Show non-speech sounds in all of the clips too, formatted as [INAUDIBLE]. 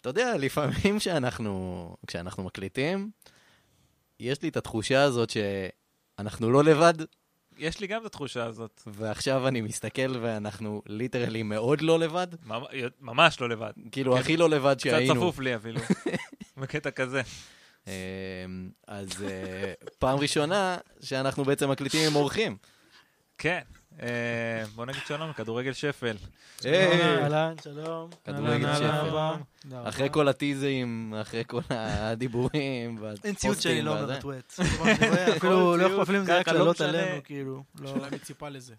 אתה יודע, לפעמים כשאנחנו, כשאנחנו מקליטים, יש לי את התחושה הזאת שאנחנו לא לבד, יש לי גם את התחושה הזאת. ועכשיו אני מסתכל ואנחנו ליטרלי מאוד לא לבד. ממ- ממש לא לבד. כאילו, כן. הכי לא לבד קצת שהיינו. צפוף לי אפילו. בקטע כזה. אמ, אז אה, פעם ראשונה שאנחנו בעצם מקליטים עם אורחים. כן. אה, בוא נגיד שלום, כדורגל שפל. היי. אהלן, שלום. כדורגל אהלן, שפל. אהלן, אהלן. תודה אחרי רבה. כל הטיזים, אחרי כל הדיבורים, אין ציוט שאני והפוסטים לא והזה. [LAUGHS] מרטווט. כלומר, אני רואה, אפילו לא יכול, אפילו אם זה היה ככה, לא קללות משנה. עלינו, כאילו. לא- השאלה מי ציפה לזה,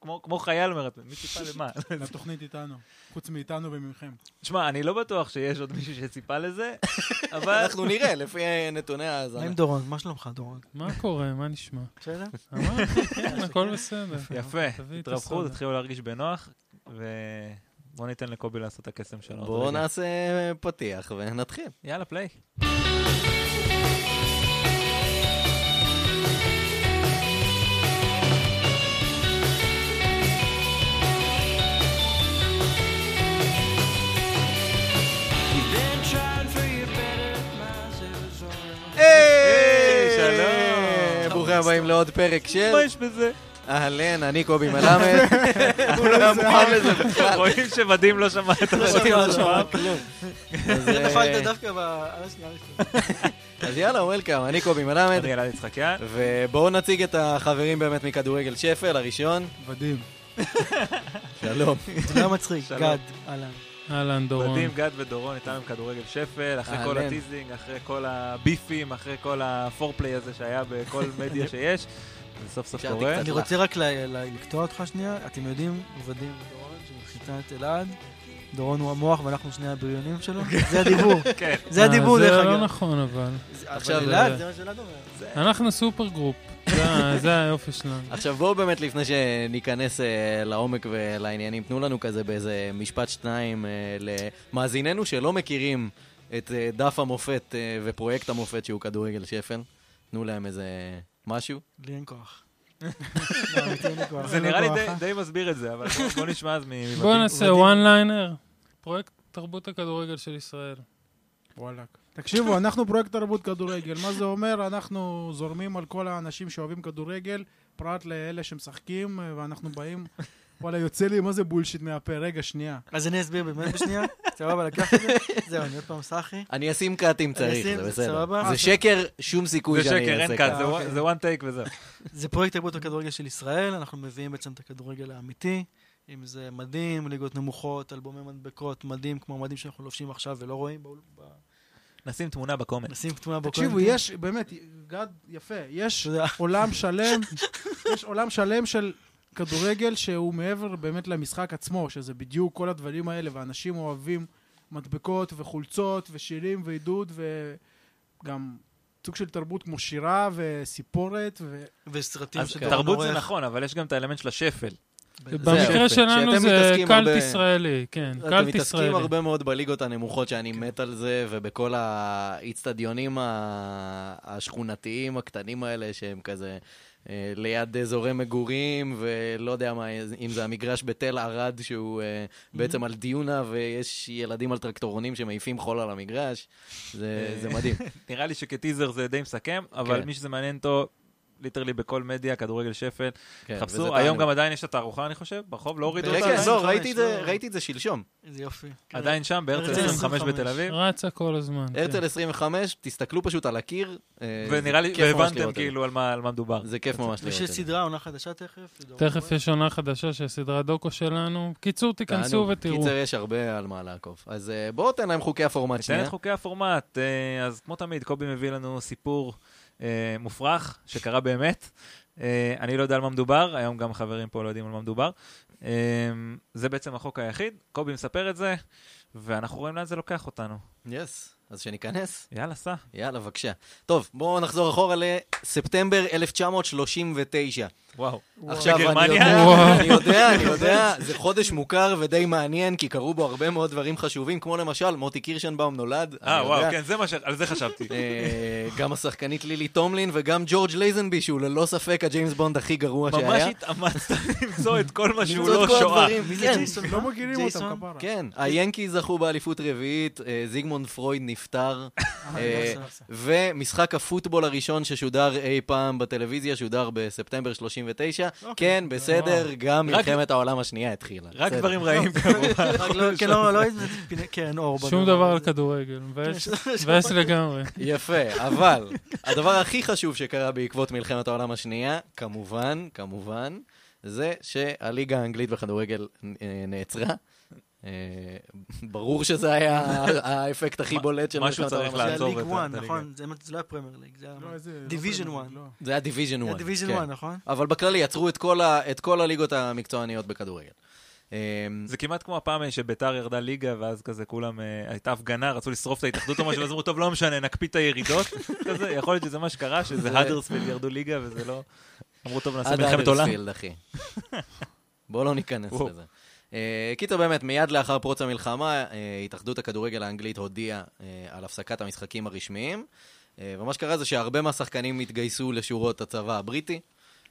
כמו כמו חייל מרתמן, מי ציפה למה? לתוכנית איתנו, חוץ מאיתנו וממכם. שמע, אני לא בטוח שיש עוד מישהו שציפה לזה, אבל... אנחנו נראה, לפי נתוני מה ההאזנה. עם דורון? מה שלומך, דורון? מה קורה? מה נשמע? לא. [LAUGHS] בסדר? אמרתי, כן, הכל בסדר. יפה, תביא את תתרווחו, הסודה. תתחילו להרגיש בנוח, ובואו ניתן לקובי לעשות את הקסם שלו. בואו נעשה פתיח ונתחיל. יאללה, פליי. היי, שלום. ברוכים הבאים לעוד פרק של מה יש בזה? אהלן, אני קובי [LAUGHS] מלמד. הוא לא היה מוכן לזה בכלל. רואים שמדהים לא שמע את שמע, לא הרשימה. שמע כלום. אז, זה אה, נכון, נפלת דווקא ב... על השנייה הראשונה. אז יאללה, וולקאם, אני קובי מלמד, אריאל יצחקיאן. ובואו נציג את החברים באמת מכדורגל שפל, הראשון, ודים. שלום. זה לא מצחיק, שלום. גד, אהלן. אהלן, דורון. אה, מדהים, גד ודורון איתנו עם כדורגל שפל, אחרי כל אהלן. הטיזינג, אחרי כל הביפים, אחרי כל הפורפליי הזה שהיה בכל מדיה שיש, וסוף סוף אפשרתי קורה. קצת. אני רוצה רק ל- ל- לקטוע אותך שנייה. אתם יודעים, עובדים ודורון, שמחיתה את אלעד. דורון הוא המוח ואנחנו שני הבריונים שלו. זה הדיבור. כן, זה הדיבור, אה, דרך זה לא אגב. נכון, אבל. זה- עכשיו, אבל אלעד, אה, זה מה שאלעד אומר. אנחנו סופר גרופ. זה [LAUGHS] ה- זה היופי שלנו. עכשיו בואו באמת לפני שניכנס אה, לעומק ולעניינים, תנו לנו כזה באיזה משפט שניים אה, למאזיננו שלא מכירים את אה, דף המופת אה, ופרויקט המופת שהוא כדורגל שפל. תנו להם איזה משהו. לי אין כוח. [LAUGHS] לא, אמיתי, אין לי [LAUGHS] כוח. זה נראה לי די- די מסביר את זה, אבל בוא- בוא נשמע [LAUGHS] אז מ... בואו נעשה מדהים. וואן ליינר. פרויקט תרבות הכדורגל של ישראל. וואלכ. תקשיבו, אנחנו פרויקט תרבות כדורגל. מה זה אומר? אנחנו זורמים על כל האנשים שאוהבים כדורגל, פרט לאלה שמשחקים, ואנחנו באים... וואלה, יוצא לי, מה זה בולשיט מהפה? רגע, שנייה. אז אני אסביר באמת [LAUGHS] בשנייה, סבבה, לקחת את זה, זהו, אני עוד פעם סחי. אני אשים אה, קאט אם צריך, אשים, זה בסדר. סבבה. זה שקר, שום סיכוי זה שאני שקר, אין אעשה כאן, קאט. זה אוקיי. one- זה one take וזהו. זה פרויקט תרבות הכדורגל של ישראל, אנחנו מביאים בעצם את הכדורגל האמיתי, אם זה מדים, ליגות נמוכות, אלבומי מדבקות, מדים כמו המדים שאנחנו לובשים עכשיו ולא רואים, באול- ב- נשים תמונה בקומץ. נשים תמונה בקונטים. תקשיבו, יש, באמת, גד, יפה, יש תודה. עולם שלם, יש עולם שלם של כדורגל שהוא מעבר באמת למשחק עצמו, שזה בדיוק כל הדברים האלה, ואנשים אוהבים מדבקות וחולצות ושירים ועידוד, וגם סוג של תרבות כמו שירה וסיפורת, ו... וסרטים אז של תרבות זה נכון, אבל יש גם את האלמנט של השפל. זה- במקרה שלנו שאתם זה מתעסקים הרבה- קלט ישראלי, כן, אתם קלט מתעסקים ישראלי. הרבה מאוד בליגות הנמוכות שאני מת על זה, ובכל האיצטדיונים ה- השכונתיים הקטנים האלה, שהם כזה אה, ליד אזורי מגורים, ולא יודע מה, אם זה המגרש בתל ערד, שהוא אה, בעצם על דיונה, ויש ילדים על טרקטורונים שמעיפים חול על המגרש. זה אה, זה [LAUGHS] מדהים. נראה לי שכטיזר זה די מסכם, אבל כן. מי שזה מעניין אותו, ליטרלי בכל מדיה, כדורגל שפל. כן, וזה חפשו, תענוג. היום גם עדיין יש את התערוכה, אני חושב, ברחוב, לא הורידו רגע, אותה. עדיין? לא, חמש, ראיתי את זה- לא. ראיתי את זה שלשום. איזה יופי. כן. עדיין שם, בהרצל הרצל 25 בתל אביב. רצה כל הזמן. כן. הרצל 25, תסתכלו פשוט על הקיר. אה, זה אוקיי. ונראה לי, כיף ממש לראות והבנתם את זה. כאילו על מה על מה מדובר. זה כיף ממש לראות יש את זה. סדרה, עונה חדשה תכף. לדורון תכף כהן. יש עונה חדשה של סדרת דוקו שלנו. קיצור, תיכנסו תענוג. ותראו. קיצר, יש הרבה על מה לעקוב. אז אה, בואו תן להם חוקי הפורמט ניתן שנייה. את חוקי הפורמט, אה, אז כמו תמיד, קובי מביא לנו סיפור אה, מופרך, שקרה באמת. אה, אני לא יודע על מה מדובר, היום גם חברים פה לא יודעים על מה מדובר. אה, זה בעצם החוק היחיד, קובי מספר את זה, ואנחנו רואים לאן זה לוקח אותנו. יס. אז שניכנס? יאללה, סע. יאללה, בבקשה. טוב, בואו נחזור אחורה לספטמבר 1939. וואו. עכשיו, אני בגרמניה? יודע, וואו. אני יודע, אני יודע, זה חודש מוכר ודי מעניין, כי קרו בו הרבה מאוד דברים חשובים, כמו למשל, מוטי קירשנbaum נולד. אה, אני וואו, יודע. כן, זה מה ש... על זה חשבתי. אה, גם השחקנית לילי טומלין וגם ג'ורג' לייזנבי, שהוא ללא ספק הג'יימס בונד הכי גרוע ממש שהיה. התאמצת [LAUGHS] למצוא את כל מה שהוא למצוא לא את כל שואה. הדברים, מי זה כן. ג'ייסון? לא מגעילים אותם, אה? ג'ייסון? כפרה. כן, היאנקי זכו באליפות רביעית, אה, זיגמונד פרויד נפטר, אה, ומשחק הפוטבול הראשון ששודר אי פעם בטלוויזיה שודר בספטמבר 39. כן, בסדר, גם אוקיי. אה, רק- מלחמת העולם השנייה התחילה. רק בסדר. דברים רעים קרו. רק לא- כן, לא, לא הייתי פינה- קרן אור. שום בדבר דבר על הזה. כדורגל, מבאס כן, [LAUGHS] יש- מבאס לגמרי. יפה, אבל הדבר הכי חשוב שקרה בעקבות מלחמת העולם השנייה, כמובן, כמובן, זה שהליגה האנגלית בכדורגל אה, נעצרה. אה, ברור שזה היה ה- האפקט הכי בולט של משהו מלחמת העולם צריך השנייה. זה לעצור היה ליג את 1, ה- את נכון? זה זה לא היה פרמייר ליג, זה היה לא, איזה- Division לא, one. לא. זה היה דיוויז'ן 1. דיוויז'ן 1, נכון? אבל בכללי עצרו את כל, ה, את כל הליגות המקצועניות בכדורגל. אה, זה כמעט כמו הפעם אה, שביתר ירדה ליגה, ואז כזה כולם, אה, הייתה הפגנה, רצו לשרוף את ההתאחדות או משהו, אז אמרו, טוב, לא משנה, נקפיא את הירידות. [LAUGHS] כזה, יכול להיות שזה מה שקרה, זה- שזה האדרספילד ירדו ליגה, וזה לא... אמרו, טוב, נעשה עד מלחמת עולם. האדרספילד, אחי. בואו לא ניכנס וואו. לזה. Uh, קיצר באמת, מיד לאחר פרוץ המלחמה, uh, התאחדות הכדורגל האנגלית הודיעה uh, על הפסקת המשחקים הרשמיים, uh, ומה שקרה זה שהרבה מהשחקנים התגייסו לשורות הצבא הבריטי.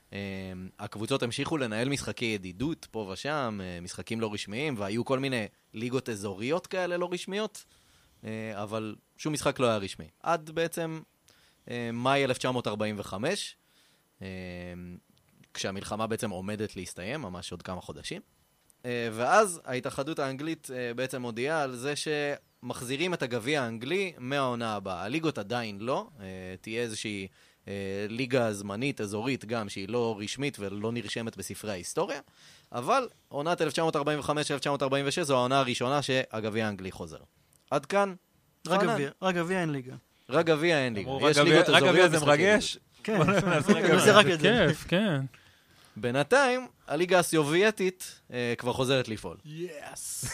Uh, הקבוצות המשיכו לנהל משחקי ידידות פה ושם, uh, משחקים לא רשמיים, והיו כל מיני ליגות אזוריות כאלה לא רשמיות, uh, אבל שום משחק לא היה רשמי. עד בעצם uh, מאי 1945, uh, כשהמלחמה בעצם עומדת להסתיים, ממש עוד כמה חודשים. אה, ואז ההתאחדות האנגלית אה, בעצם מודיעה על זה שמחזירים את הגביע האנגלי מהעונה הבאה. הליגות עדיין לא, אה, תהיה איזושהי אה, ליגה זמנית, אזורית גם, שהיא לא רשמית ולא נרשמת בספרי ההיסטוריה, אבל עונת 1945-1946 זו העונה הראשונה שהגביע האנגלי חוזר. עד כאן, רק חנן. גביע, רק גביע אין ליגה. רק גביע אין ליגה. אמרו, יש "רק ליגות גביע- רק גביע אזוריות זה ומשחקי [LAUGHS] מרגש. [LAUGHS] כן, בוא נעשה רק זה רק גביע. את זה. כיף, כן. בינתיים, הליגה הסובייטית אה, כבר חוזרת לפעול. יס.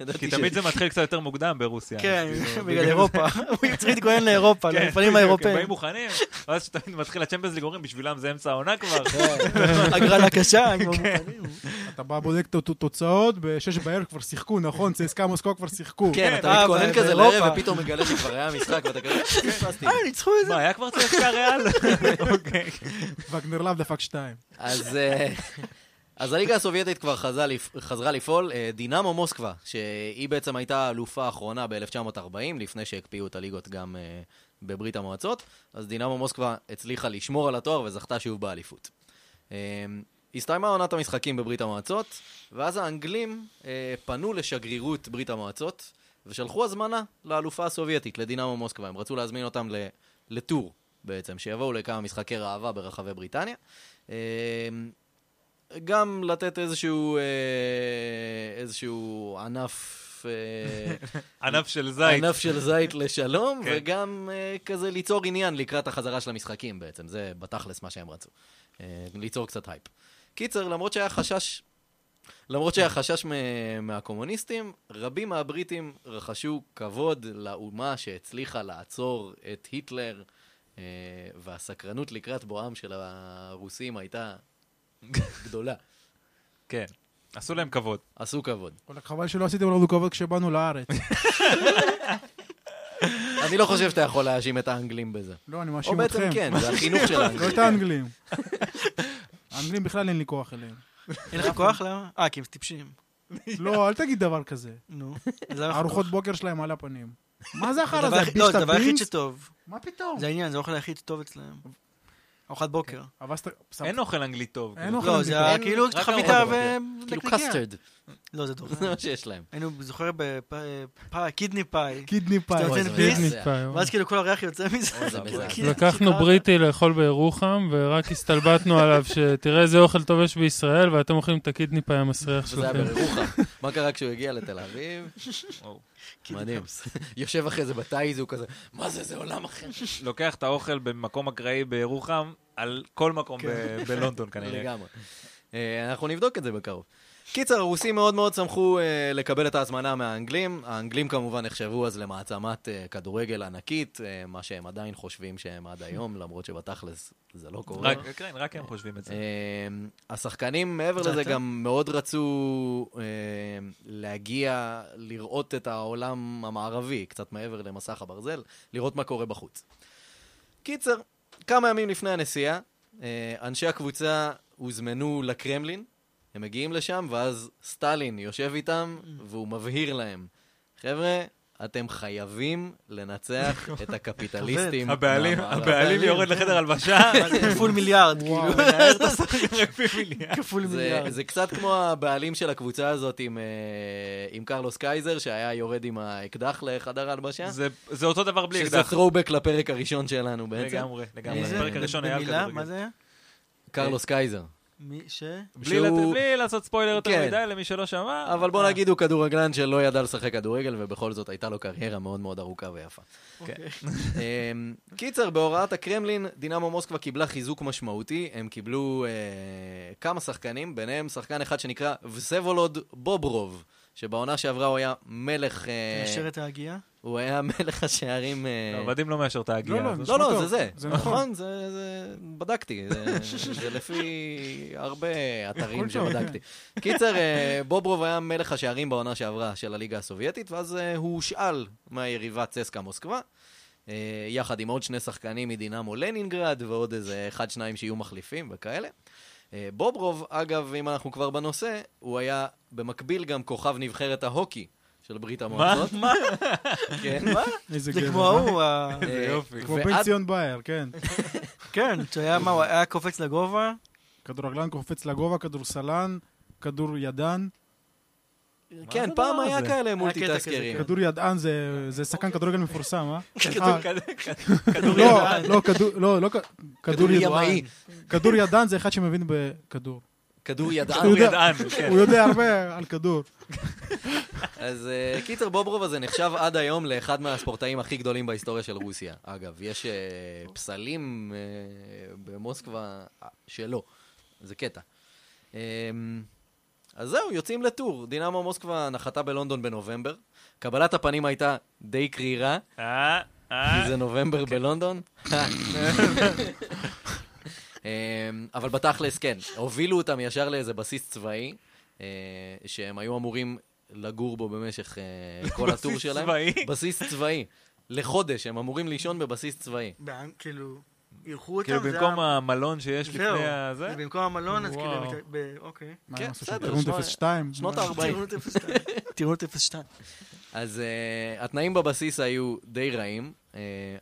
ידעתי כי ש- תמיד זה מתחיל קצת יותר מוקדם ברוסיה. כן, אז כאילו, בגלל אירופה. [LAUGHS] הוא צריך להתכונן לאירופה, כן, למפעלים בדיוק, הם האירופאים. באים מוכנים, ואז כשתמיד [LAUGHS] מתחיל הצ'מפיונס ליג אומרים, בשבילם זה אמצע העונה [LAUGHS] כבר. כן. [LAUGHS] הגרלה קשה, הם כבר מוכנים. אתה בא בודק את התוצאות, בשש בערב כבר שיחקו, נכון? צסקה מוסקו כבר שיחקו. כן, אתה אה, מתכונן ב- כזה באירופה. לערב ופתאום מגלה שכבר היה משחק ואתה כזה, כן. פספסתי. אה, ניצחו את זה. מה, היה כבר צסקה ריאל? אוקיי. וגנר לאו דפק שתיים. אז... אה, אז הליגה הסובייטית כבר חזה, לפ- חזרה לפעול, אה, דינמו מוסקבה, שהיא בעצם הייתה האלופה האחרונה ב-1940, לפני שהקפיאו את הליגות גם אה, בברית המועצות, אז דינמו מוסקבה הצליחה לשמור על התואר וזכתה שוב באליפות. אה, הסתיימה עונת המשחקים בברית המועצות, ואז האנגלים אה, פנו לשגרירות ברית המועצות, ושלחו הזמנה לאלופה הסובייטית, לדינמו מוסקבה. הם רצו להזמין אותם ל- לטור בעצם, שיבואו לכמה משחקי ראווה ברחבי בריטניה. אה, גם לתת איזשהו, אה, איזשהו ענף... אה, [LAUGHS] ענף של זית. ענף של זית לשלום, כן. וגם אה, כזה ליצור עניין לקראת החזרה של המשחקים בעצם, זה בתכלס מה שהם רצו. אה, ליצור קצת הייפ. קיצר, למרות שהיה חשש, למרות שהיה חשש מ- מהקומוניסטים, רבים מהבריטים רחשו כבוד לאומה שהצליחה לעצור את היטלר, אה, והסקרנות לקראת בואם של הרוסים הייתה גדולה. כן. עשו להם כבוד. עשו כבוד. וואלכ, חבל שלא עשיתם לנו כבוד [LAUGHS] כשבאנו לארץ. אני לא חושב שאתה יכול להאשים את האנגלים בזה. לא, אני או מאשים בעצם אתכם. כן, זה החינוך של האנגלים. [LAUGHS] לא את האנגלים. האנגלים בכלל אין לי כוח [LAUGHS] אליהם. אין לך כוח? למה? אה, כי הם טיפשים. לא, אל תגיד דבר כזה. [LAUGHS] נו. אז למה לך ארוחות כוח? בוקר שלהם על הפנים. מה זה זה החרא הזה? הדבר היחיד- לא, זה הדבר בישטה היחיד בינס? שטוב. מה פתאום? זה העניין, זה האוכל היחיד שטוב אצלם. ארוחת בוקר. אבל סת- סת- אין אוכל אנגלי טוב. אין אוכל לא, זה ביטחון. היה כאילו רק חביתה ארוחות ו... כאילו לקניקיה. קסטרד, לא, [LAUGHS] זה טוב. [LAUGHS] זה מה שיש להם. היינו, זוכר, בקידני פאי. קידני פאי. אוי, זה פיס? מזעזע. ניפה, ואז כאילו כל הריח יוצא מזה. אוי, זה מזעזע. כאילו, לקחנו כאילו, בריטי לאכול בירוחם, ורק הסתלבטנו עליו שתראה איזה אוכל טוב יש בישראל, ואתם אוכלים את הקידניפאי המסריח וזה היה שלכם. בירוחם. [LAUGHS] מה קרה כשהוא הגיע לתל אביב? [LAUGHS] וואו. קידני מדהים. פאי. [LAUGHS] יושב אחרי זה בטייז, הוא כזה, מה זה, זה עולם אחר. לוקח את האוכל במקום אקראי כן. בירוחם, על כל מקום ב- בלונדון [LAUGHS] כנראה. לגמרי. אה, אנחנו נבדוק את זה בקרוב. קיצר, הרוסים מאוד מאוד שמחו אה, לקבל את ההזמנה מהאנגלים. האנגלים כמובן נחשבו אז למעצמת אה, כדורגל ענקית, אה, מה שהם עדיין חושבים שהם עד היום, למרות שבתכלס זה לא קורה. רק- כן, רק הם חושבים את זה. אמ, השחקנים, מעבר זה לזה, אתה? גם מאוד רצו אמ, להגיע, לראות את העולם המערבי, קצת מעבר למסך הברזל, לראות מה קורה בחוץ. קיצר, כמה ימים לפני הנסיעה, אה, אנשי הקבוצה הוזמנו לקרמלין, הם מגיעים לשם, ואז סטלין יושב איתם, Mm. והוא מבהיר להם, חבר'ה, אתם חייבים לנצח את הקפיטליסטים. [LAUGHS] הבעלים, מהמערב." הבעלים יורד כן. לחדר הלבשה, [LAUGHS] כפול מיליארד, כאילו. וואו. [LAUGHS] מנער את השחקן רק פי מיליארד. כפול זה, מיליארד. זה קצת כמו הבעלים של הקבוצה הזאת עם, אה, עם קרלוס קייזר, שהיה יורד עם האקדח לחדר ההלבשה. זה- זה אותו דבר בלי כן. שזה אקדח. throwback לפרק הראשון שלנו בעצם. אה, לגמרי, לגמרי. איזה? הפרק הראשון היה על במילה, מה כדורגל. זה היה? קרלוס קייזר. מי ש... אה, בלי שהוא- לת- בלי לעשות ספוילר יותר כן. מדי למי שלא שמע. אבל בוא אה, נגיד, הוא כדורגלן שלא ידע לשחק כדורגל, ובכל זאת הייתה לו קריירה מאוד מאוד ארוכה ויפה. אוקיי. אמ, קיצר, בהוראת הקרמלין, דינמו מוסקבה קיבלה חיזוק משמעותי. הם קיבלו אה, כמה שחקנים, ביניהם שחקן אחד שנקרא וסבולוד בוברוב, שבעונה שעברה הוא היה מלך... אה, מאשר את ההגייה? הוא היה מלך השערים... אה, לא, ודים לא מאשר את ההגיעה. לא, לא, הזאת. נשמע לא, לא, טוב. זה זה. זה נכון, זה... זה- בדקתי. [LAUGHS] זה- זה לפי הרבה אתרים שבדקתי. קיצר, אה, בוברוב היה מלך השערים בעונה שעברה של הליגה הסובייטית, ואז אה, הוא הושאל מהיריבה צסקה מוסקבה, אה, יחד עם עוד שני שחקנים מדינמו לנינגרד, ועוד איזה אחד-שניים שיהיו מחליפים וכאלה. אה, בוברוב, אגב, אם אנחנו כבר בנושא, הוא היה במקביל גם כוכב נבחרת ההוקי של ברית המועצות. מה? כן, מה? איזה זה גבר. כמו [LAUGHS] ההוא, ה- אה, יופי. כמו ועד- בן ציון בייר, כן. כן, שהיה, מה, הוא היה קופץ לגובה? כדורגלן קופץ לגובה, כדורסלן, כדור ידן. כן, הדבר פעם היה הזה? כאלה מולטיטסקרים. כזה, כדור ידען זה- זה שחקן כדורגל מפורסם, [LAUGHS] אה? כדור- כן. אה, כדור- כדור- לא, לא, כדור- לא, לא, כ- כדור כדור ידען. ימאי. כדור ידען זה אחד שמבין בכדור. כדור ידען. כדור יודע- ידען. כן. הוא יודע הרבה על כדור. אז אה, קיצר, בוברוב הזה נחשב עד היום לאחד מהספורטאים הכי גדולים בהיסטוריה של רוסיה. אגב, יש אה, פסלים אה, במוסקבה אה, שלו. זה קטע. אה, אז זהו, יוצאים לטור. דינמו מוסקבה נחתה בלונדון בנובמבר. קבלת הפנים הייתה די קרירה, לא. אה, אה. כי זה נובמבר בלונדון. אמ, אבל בתכלס, כן, הובילו אותם ישר לאיזה בסיס צבאי, אה, שהם היו אמורים לגור בו במשך אה, כל הטור בסיס שלהם. [LAUGHS] צבאי? [LAUGHS] בסיס צבאי. לחודש, הם אמורים לישון בבסיס צבאי. באנ- כאילו, אירחו אותם? כאילו זה במקום היה- המלון שיש זהו. לפני הזה. זה במקום המלון, אז כאילו, וואו. הם- ב- אוקיי. לא מה כן, הם עשו שם? בסדר, טירונות שמע, 02? שנות מה? ה- 40. טירונות [LAUGHS] 02. טירונות 02. אז uh, התנאים בבסיס היו די רעים. Uh,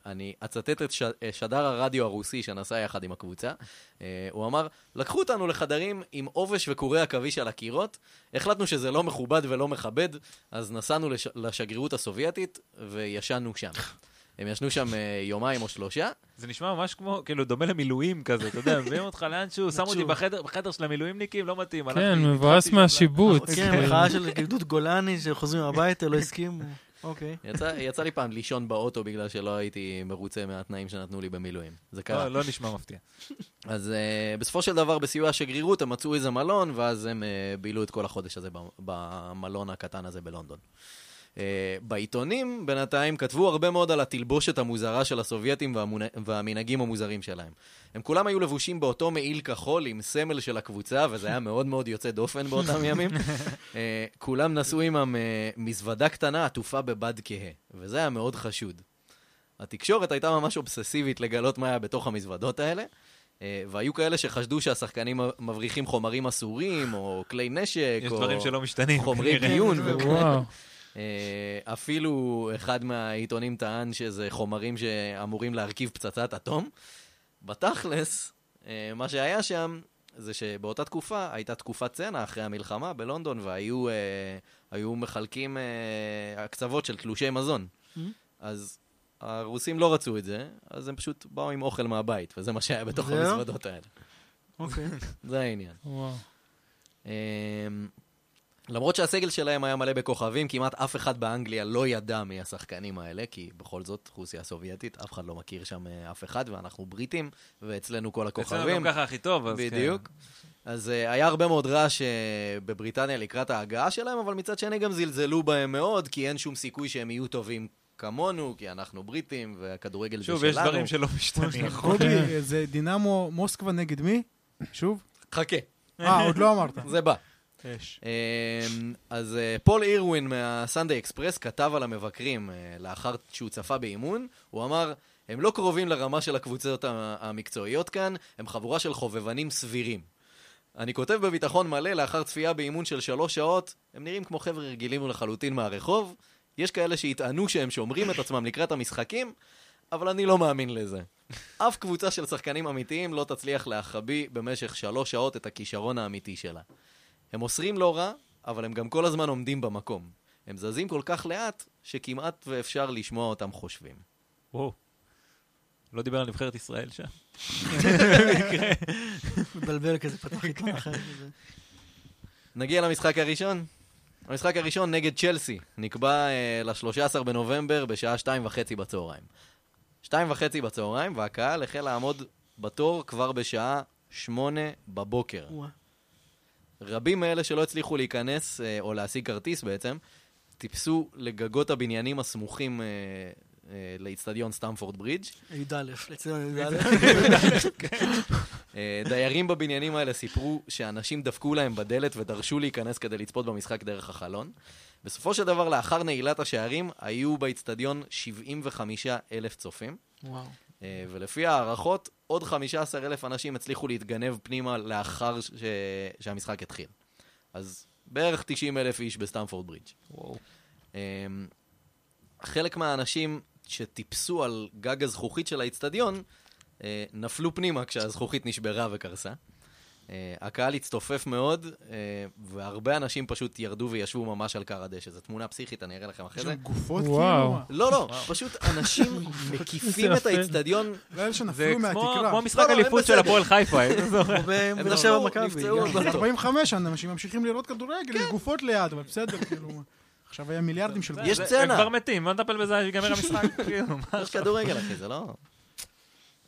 אני אצטט את ש... אה, שדר הרדיו הרוסי שנסע יחד עם הקבוצה. Uh, הוא אמר, לקחו אותנו לחדרים עם עובש וקורי עכביש על הקירות, החלטנו שזה לא מכובד ולא מכבד, אז נסענו לש... לשגרירות הסובייטית וישנו שם. [LAUGHS] הם ישנו שם אה, יומיים או שלושה. זה נשמע ממש כמו, כאילו, דומה למילואים כזה, אתה יודע, מביאים אותך [LAUGHS] לאנשהו, שם אותי נטשו. בחדר בחדר של המילואימניקים, לא מתאים. כן, הלכתי, מבואס נדחקתי שם מהשיבוץ. כאילו. כן, מחאה של גדוד גולני שחוזרים הביתה, לא הסכימו. אוקיי. יצא, יצא לי פעם לישון באוטו בגלל שלא הייתי מרוצה מהתנאים שנתנו לי במילואים. זה ל- קרה. לא, לא נשמע מפתיע. אז uh, בסופו של דבר, בסיוע השגרירות, הם מצאו איזה מלון, ואז הם uh, בילו את כל החודש הזה במ- במלון הקטן הזה בלונדון. Uh, בעיתונים, בינתיים, כתבו הרבה מאוד על התלבושת המוזרה של הסובייטים והמונ... והמנהגים המוזרים שלהם. הם כולם היו לבושים באותו מעיל כחול עם סמל של הקבוצה, וזה היה מאוד מאוד יוצא דופן באותם [LAUGHS] ימים. uh, כולם נשאו עימם uh, מזוודה קטנה עטופה בבד כהה, וזה היה מאוד חשוד. התקשורת הייתה ממש אובססיבית לגלות מה היה בתוך המזוודות האלה. אה, והיו כאלה שחשדו שהשחקנים מבריחים חומרים אסורים, או כלי נשק, [LAUGHS] יש או דברים שלא כן. משתנים. חומרי כנראה. דיון. וכאלה. וואו. אה, אפילו אחד מהעיתונים טען שזה חומרים שאמורים להרכיב פצצת אטום. בתכלס, אה, מה שהיה שם זה שבאותה תקופה, הייתה תקופת צנע אחרי המלחמה בלונדון, והיו אה, היו מחלקים אה, הקצוות של תלושי מזון. Mm-hmm. אז הרוסים לא רצו את זה, אז הם פשוט באו עם אוכל מהבית, וזה מה שהיה בתוך זהו? המזוודות האלה. אוקיי. [LAUGHS] זה העניין. וואו. אמ, למרות שהסגל שלהם היה מלא בכוכבים, כמעט אף אחד באנגליה לא ידע מי השחקנים האלה, כי בכל זאת, רוסיה הסובייטית, אף אחד לא מכיר שם אה, אף אחד, ואנחנו בריטים, ואצלנו כל אצלנו גם הכוכבים. ככה הכי טוב, אז כן. בדיוק. אז אה, היה הרבה מאוד רעש אה, בבריטניה לקראת ההגעה שלהם, אבל מצד שני גם זלזלו בהם מאוד, כי אין שום סיכוי שהם יהיו טובים כמונו, כי אנחנו בריטים, והכדורגל [LAUGHS] זה שלנו. שוב, יש דברים שלא משתנים. קובי, אוקיי. אה, זה דינמו מוסקבה נגד מי? [LAUGHS] שוב? חכה, אה, עוד [LAUGHS] לא אמרת. זה בא. אש. אמ, אז אה, פול אירווין מהסנדיי אקספרס כתב על המבקרים אה, לאחר שהוא צפה באימון, הוא אמר, הם לא קרובים לרמה של הקבוצות ה- המקצועיות כאן, הם חבורה של חובבנים סבירים. אני כותב בביטחון מלא לאחר צפייה באימון של שלוש שעות, הם נראים כמו חבר'ה רגילים לחלוטין מהרחוב, יש כאלה שיטענו שהם שומרים את עצמם לקראת המשחקים, אבל אני לא מאמין לזה. אף קבוצה של שחקנים אמיתיים לא תצליח להחביא במשך שלוש שעות את הכישרון האמיתי שלה. הם אוסרים לא רע, אבל הם גם כל הזמן עומדים במקום. הם זזים כל כך לאט, שכמעט ואפשר לשמוע אותם חושבים. וואו. לא דיבר על נבחרת ישראל שם. מבלבל כזה, פתח עיתון אחר כזה. נגיע למשחק הראשון. המשחק הראשון נגד צ'לסי, נקבע אה, ל-13 בנובמבר בשעה שתיים וחצי בצהריים. שתיים וחצי בצהריים, והקהל החל לעמוד בתור כבר בשעה שמונה בבוקר. וואו. רבים מאלה שלא הצליחו להיכנס, אה, או להשיג כרטיס בעצם, טיפסו לגגות הבניינים הסמוכים אה, אה, לאיצטדיון סטמפורד ברידג'. י"א, לציון [LAUGHS] י"א. אה, דיירים בבניינים האלה סיפרו שאנשים דפקו להם בדלת ודרשו להיכנס כדי לצפות במשחק דרך החלון. בסופו של דבר, לאחר נעילת השערים, היו באיצטדיון 75 אלף צופים, וואו. אה, ולפי הערכות, עוד 15 אלף אנשים הצליחו להתגנב פנימה לאחר ש... שהמשחק התחיל. אז בערך 90 אלף איש בסטמפורד ברידג'. וואו. אמ, חלק מהאנשים שטיפסו על גג הזכוכית של האיצטדיון אה, נפלו פנימה כשהזכוכית נשברה וקרסה. אה, הקהל הצטופף מאוד, אה, והרבה אנשים פשוט ירדו וישבו ממש על קר הדשא. זו תמונה פסיכית, אני אראה לכם אחרי יש זה. שם גופות כאילו? וואו. מה? לא, לא, פשוט אנשים מקיפים זה את יפה. האיצטדיון. לא אלה זה שנפלו כמו- מהתקרה. כמו המשחק לא, לא, הם אליפות של בסדר. הפועל חיפה. אה? זה זוכר. כמו בעמדה שבע נפלו, מכבי. נפצעו, גם. אבל לא, טוב. 45 אנשים ממשיכים לראות כדורגל, כן. עם גופות ליד, אבל [LAUGHS] בסדר, כאילו... מה. עכשיו היה מיליארדים של [LAUGHS] יש זה- צנע. הם כבר מתים, בוא נטפל בזה, [LAUGHS] ייגמר המשחק. כאילו, מה? [LAUGHS] יש כדורגל, אחי, זה לא...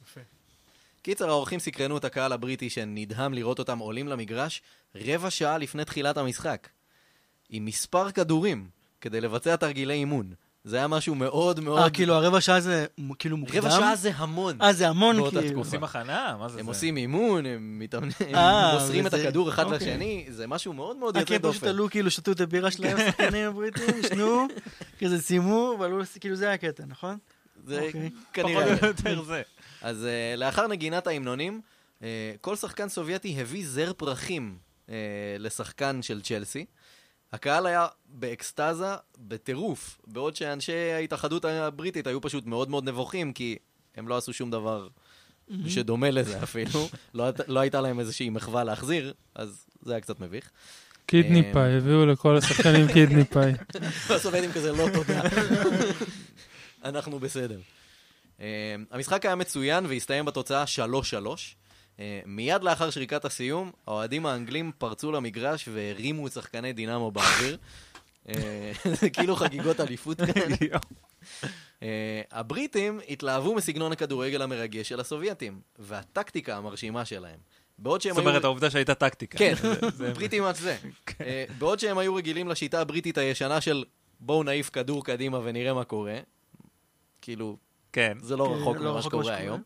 יפה. קיצר, האורחים סקרנו את הקהל הבריטי שנדהם לראות אותם עולים למגרש רבע שעה לפני תחילת המשחק. עם מספר כדורים, כדי לבצע תרגילי אימון. זה היה משהו מאוד אה, מאוד... כאילו הרבע שעה זה מ- כאילו מוקדם? רבע שעה זה המון. אה, זה המון באותה כאילו. תקופה. עושים הכנה? מה זה? הם זה? עושים אימון, הם מתאמנים, אה, הם מוסרים את וזה- הכדור אחד אוקיי. לשני, זה משהו מאוד מאוד אה, כי יוצא הם פשוט דופן. עלו, כאילו שתו את הבירה שלהם, כן. שחקנים הבריטים, [LAUGHS] שנו, כזה סיימו, ועלו, כאילו זה היה הקטע, נכון? זה אוקיי. כנראה... [LAUGHS] פחות או [LAUGHS] יותר זה. אז uh, לאחר נגינת ההמנונים, uh, כל שחקן סובייטי הביא זר פרחים uh, לשחקן של צ'לסי. הקהל היה באקסטזה, בטירוף, בעוד שאנשי ההתאחדות הבריטית היו פשוט מאוד מאוד נבוכים, כי הם לא עשו שום דבר שדומה לזה אפילו. לא, היית- לא הייתה להם איזושהי מחווה להחזיר, אז זה היה קצת מביך. קידני אה, פאי, הביאו לכל [LAUGHS] השחקנים קידני פאי. הסובייטים כזה, לא תודה. אנחנו בסדר. אמ, המשחק היה מצוין והסתיים בתוצאה 3-3. אה, מיד לאחר שריקת הסיום, האוהדים האנגלים פרצו למגרש והרימו את שחקני דינמו באוויר. אה, זה כאילו חגיגות אליפות כאלה. אה, הבריטים התלהבו מסגנון הכדורגל המרגש של הסובייטים, והטקטיקה המרשימה שלהם. בעוד שהם זאת היו... אומרת, העובדה שהייתה טקטיקה. כן, זה- זה- [LAUGHS] בריטי מצווה. כן. אה, בעוד שהם היו רגילים לשיטה הבריטית הישנה של בואו נעיף כדור קדימה ונראה מה קורה, כאילו, כן. זה לא כן, רחוק לא ממה רחוק ממה שקורה שקורה. היום.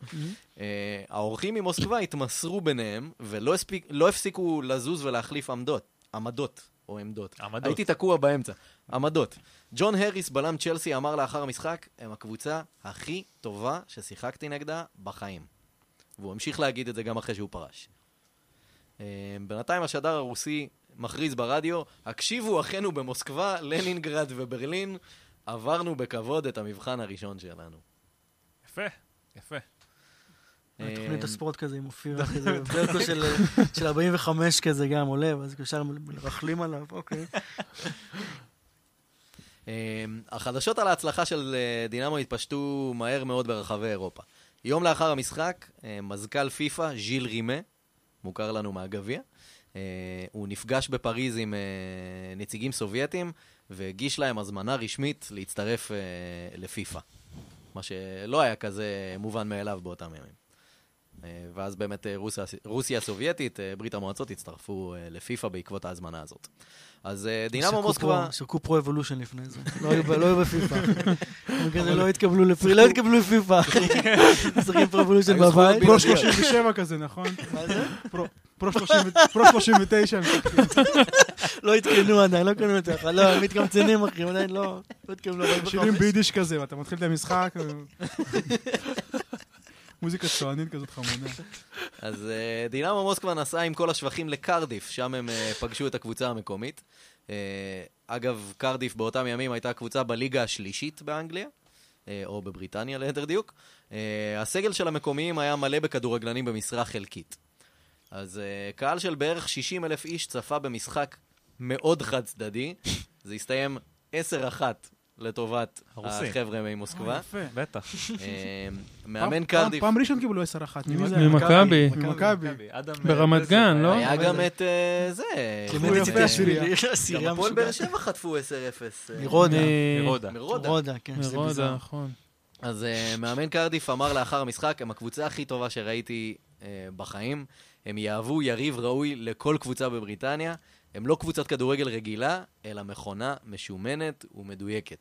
אה, האורחים ממוסקבה התמסרו ביניהם, ולא הספיק- לא הפסיקו לזוז ולהחליף עמדות. עמדות, או עמדות. עמדות. הייתי תקוע באמצע. עמדות. ג'ון הריס, בלם צ'לסי, אמר לאחר המשחק, הם הקבוצה הכי טובה ששיחקתי נגדה בחיים. והוא המשיך להגיד את זה גם אחרי שהוא פרש. אה, בינתיים השדר הרוסי מכריז ברדיו, הקשיבו אחינו במוסקבה, לנינגרד וברלין, עברנו בכבוד את המבחן הראשון שלנו. יפה, יפה. אה, נכון. תוכנית הספורט כזה עם אופיר, כזה, ברקו של- של 45 כזה גם עולה, ואז ישר מרכלים עליו, אוקיי. אמ, החדשות על ההצלחה של אה, דינמו התפשטו מהר מאוד ברחבי אירופה. יום לאחר המשחק, אה, מזכ"ל פיפ"א, ז'יל רימה, מוכר לנו מהגביע, אה, הוא נפגש בפריז עם אה, נציגים סובייטים והגיש להם הזמנה רשמית להצטרף אה, לפיפ"א. מה שלא היה כזה מובן מאליו באותם ימים. אה, ואז באמת אה, רוסיה, רוסיה הסובייטית, אה, ברית המועצות, הצטרפו אה, לפיפ"א בעקבות ההזמנה הזאת. אז אה, דינמו שיחקו מוסקבה... פרו- שיחקו פרו אבולושן לפני זה. לא היו ב- לא היו בפיפא. הם כזה לא התקבלו לפי- לא התקבלו לפיפא. [LAUGHS] משחקים פרו אבולושן היו זכויות בבית. בלעדיות. פרו 37 כזה, נכון? מה זה? פרו 30 פרו 39. לא עדכנו עדיין, לא קנו את זה. אבל לא, הם מתקמצנים אחי, הם עדיין לא לא התקבלו. אבל בכל שירים זאת. ביידיש כזה, ואתה מתחיל את המשחק. מוזיקה צוענית כזאת חמודה. אז אה, דינמו מוסקבה נסעה עם כל השבחים לקרדיף, שם הם אה, פגשו את הקבוצה המקומית. אה, אגב, קרדיף באותם ימים הייתה קבוצה בליגה השלישית באנגליה, אה, או בבריטניה ליתר דיוק. אה, הסגל של המקומיים היה מלא בכדורגלנים במשרה חלקית. אז אה, קהל של בערך 60 אלף איש צפה במשחק מאוד חד-צדדי. זה הסתיים 10-1 לטובת הרוסים. החבר'ה [LAUGHS] ממוסקבה. יפה. בטח. אה, פעם- מאמן קרדיף. פעם ראשון קיבלו 10-1. ממי זה היה? ממכבי. ממכבי. אדם, ברמת אה, גן, לא? היה מה גם זה? את אה, זה. קלמנטי אה, יפה, השביעייה. גם סירייה הפועל באר משוגעת. שבע חטפו 10-0. אה, מרודה. אה, מרודה. מרודה. רודה, כן, זה מרודה, ביזר. נכון. אז אה, מאמן קרדיף אמר לאחר המשחק, הם הקבוצה הכי טובה שראיתי אה, בחיים. הם יהוו יריב ראוי לכל קבוצה בבריטניה. הם לא קבוצת כדורגל רגילה, אלא מכונה משומנת ומדויקת.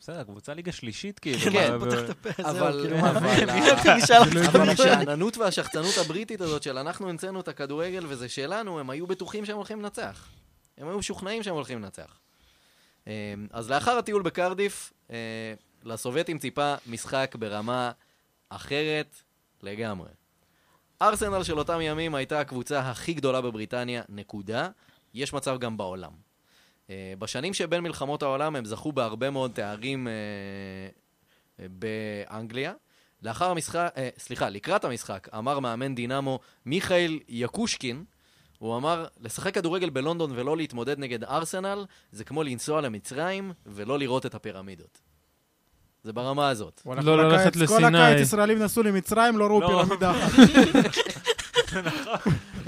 בסדר, קבוצה ליגה שלישית, כאילו. כן, אבל- פותח את [LAUGHS] הפה, זהו, אבל כאילו, מה? אבל ה- אתה נשאל זה לא אף אחד. אבל השאננות והשחצנות הבריטית הזאת של אנחנו המצאנו את הכדורגל וזה שלנו, הם היו בטוחים שהם הולכים לנצח. הם היו משוכנעים שהם הולכים לנצח. אמ, אז לאחר הטיול בקרדיף, אה, לסובייטים ציפה משחק ברמה אחרת לגמרי. ארסנל של אותם ימים הייתה הקבוצה הכי גדולה בבריטניה, נקודה. יש מצב גם בעולם. אה, בשנים שבין מלחמות העולם הם זכו בהרבה מאוד תארים אה, אה, באנגליה. לאחר המשחק, אה, סליחה, לקראת המשחק, אמר מאמן דינמו מיכאל יקושקין, הוא אמר, לשחק כדורגל בלונדון ולא להתמודד נגד ארסנל, זה כמו לנסוע למצרים ולא לראות את הפירמידות. זה ברמה הזאת. וואלה, לא כל ללכת הקיץ- כל לסיני. הקיץ ישראלים נסעו למצרים, לא ראו לא. פירמידה אחת.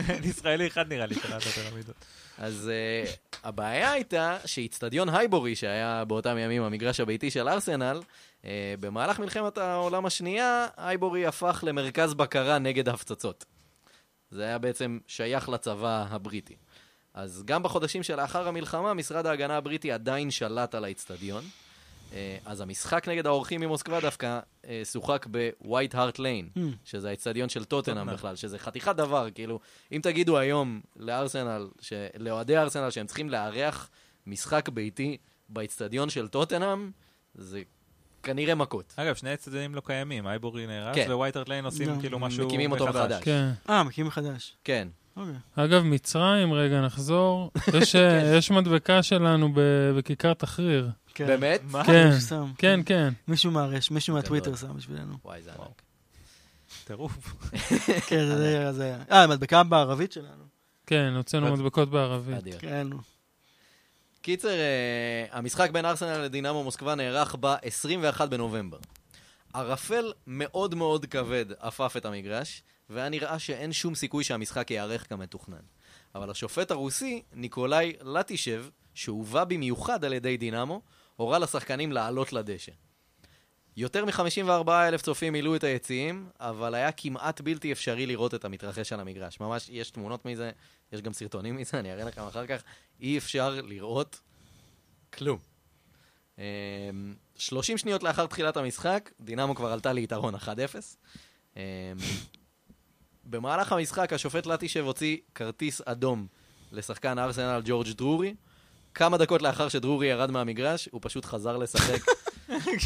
אין ישראלי אחד נראה לי שראה את הפירמידות. אז uh, הבעיה הייתה שאיצטדיון הייבורי, שהיה באותם ימים המגרש הביתי של ארסנל, uh, במהלך מלחמת העולם השנייה, הייבורי הפך למרכז בקרה נגד הפצצות. זה היה בעצם שייך לצבא הבריטי. אז גם בחודשים שלאחר המלחמה, משרד ההגנה הבריטי עדיין שלט על האיצטדיון. אה, אז המשחק נגד האורחים ממוסקבה דווקא אה, שוחק בווייט הארט ליין, Hmm. שזה האיצטדיון של טוטנאם טוטנהאם. בכלל, שזה חתיכת דבר, כאילו, אם תגידו היום לארסנל, ש- לאוהדי ארסנל שהם צריכים לארח משחק ביתי באיצטדיון של טוטנאם, זה כנראה מכות. אגב, שני הצדדים לא קיימים, אייבורי נהרס, כן. ווייטרד ליין עושים לא. כאילו משהו מחדש. מקימים אותו מחדש. כן. אה, מקים מחדש. כן. אוקיי. אגב, מצרים, רגע, [LAUGHS] נחזור. יש, אה, יש מדבקה שלנו ב- בכיכר תחריר. כן. באמת? מה? כן, מישהו שם. כן, כן. מישהו מהרש, מישהו גדול. מהטוויטר שם בשבילנו. [LAUGHS] וואי, זה ענק. טירוף. [LAUGHS] כן, זה- זה זה היה. אה, מדבקה בערבית שלנו. כן, הוצאנו אז- מדבקות בערבית. אדיר. כן, נו. קיצר, אה, המשחק בין ארסנל לדינמו מוסקבה נערך ב-21 בנובמבר. ערפל מאוד מאוד כבד עפף את המגרש, והיה נראה שאין שום סיכוי שהמשחק ייערך כמתוכנן. אבל השופט הרוסי, ניקולאי לטישב, שהובא במיוחד על ידי דינמו, הורה לשחקנים לעלות לדשא. יותר מ-54 אלף צופים מילאו את היציעים, אבל היה כמעט בלתי אפשרי לראות את המתרחש על המגרש. ממש, יש תמונות מזה, יש גם סרטונים מזה, אני אראה לכם אחר כך. אי אפשר לראות כלום. אמ, 30 שניות לאחר תחילת המשחק, דינמו כבר עלתה ליתרון 1-0. אמ, במהלך המשחק השופט לטישב הוציא כרטיס אדום לשחקן ארסנל ג'ורג' דרורי. כמה דקות לאחר שדרורי ירד מהמגרש, הוא פשוט חזר לשחק,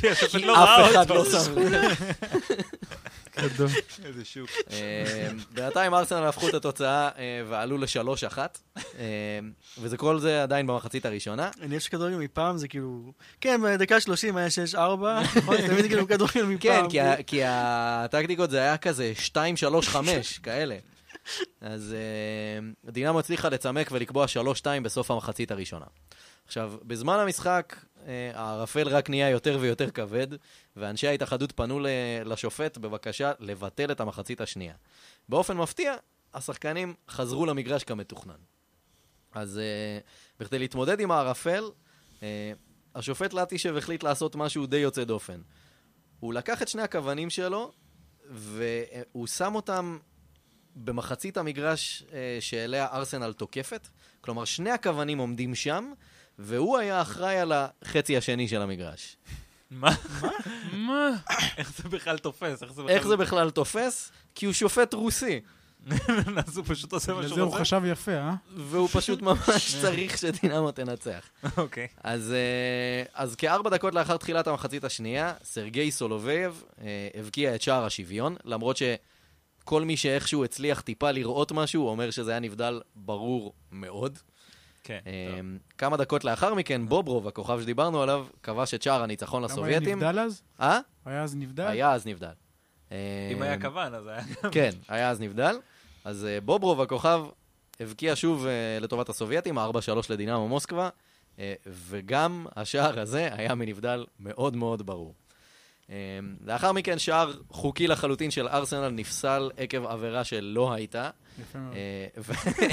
כי השופט כי [LAUGHS] לא אף ראה אחד אותו. לא שם לב. גדול. איזה שוק. אה, בינתיים ארסנל הפכו את התוצאה אה, ועלו לשלוש אחת, אמ, וזה כל זה עדיין במחצית הראשונה. אני אוהב שכדורגל מפעם זה כאילו... כן, בדקה 30 היה 6-4, [LAUGHS] נכון? זה תמיד כאילו כדורגל מפעם. כן, כי ה- כי הטקטיקות זה היה כזה 2, 3, 5, כאלה. אז אה, דינמו הצליחה לצמק ולקבוע 3-2 בסוף המחצית הראשונה. עכשיו, בזמן המשחק, אה, הערפל רק נהיה יותר ויותר כבד, ואנשי ההתאחדות פנו ל- לשופט בבקשה לבטל את המחצית השנייה. באופן מפתיע, השחקנים חזרו למגרש כמתוכנן. אז אה, בכדי להתמודד עם הערפל, אה, השופט לטישב החליט לעשות משהו די יוצא דופן. הוא לקח את שני הכוונים שלו והוא שם אותם במחצית המגרש אה, שאליה ארסנל תוקפת. כלומר, שני הכוונים עומדים שם, והוא היה אחראי על החצי השני של המגרש. מה? מה? איך זה בכלל תופס? איך זה בכלל... איך זה בכלל תופס? כי הוא שופט רוסי, אז הוא פשוט עושה מה לזה שהוא הוא רוצה? חשב יפה, אה? והוא פשוט ממש צריך שדינמו תנצח. אוקיי. אז, אה, אז כארבע דקות לאחר תחילת המחצית השנייה, סרגי סולובייב אה, הבקיע את שער השוויון, למרות שכל מי שאיכשהו הצליח טיפה לראות משהו, אומר שזה היה נבדל ברור מאוד. כן. אה, כמה דקות לאחר מכן, בוברוב, הכוכב שדיברנו עליו, כבש את שער הניצחון למה היה לסובייטים. נבדל אז? אה? היה אז נבדל? היה אז נבדל. אם אה, היה כוון, אז היה... [LAUGHS] כן, היה אז נבדל. אז אה, בוברוב הכוכב הבקיע שוב אה, לטובת הסובייטים, 4-3 לדינמו מוסקבה, אה, וגם השער הזה היה מנבדל מאוד מאוד ברור. אה, לאחר מכן שער חוקי לחלוטין של ארסנל נפסל עקב עבירה שלא הייתה. יפה מאוד. אה, ו-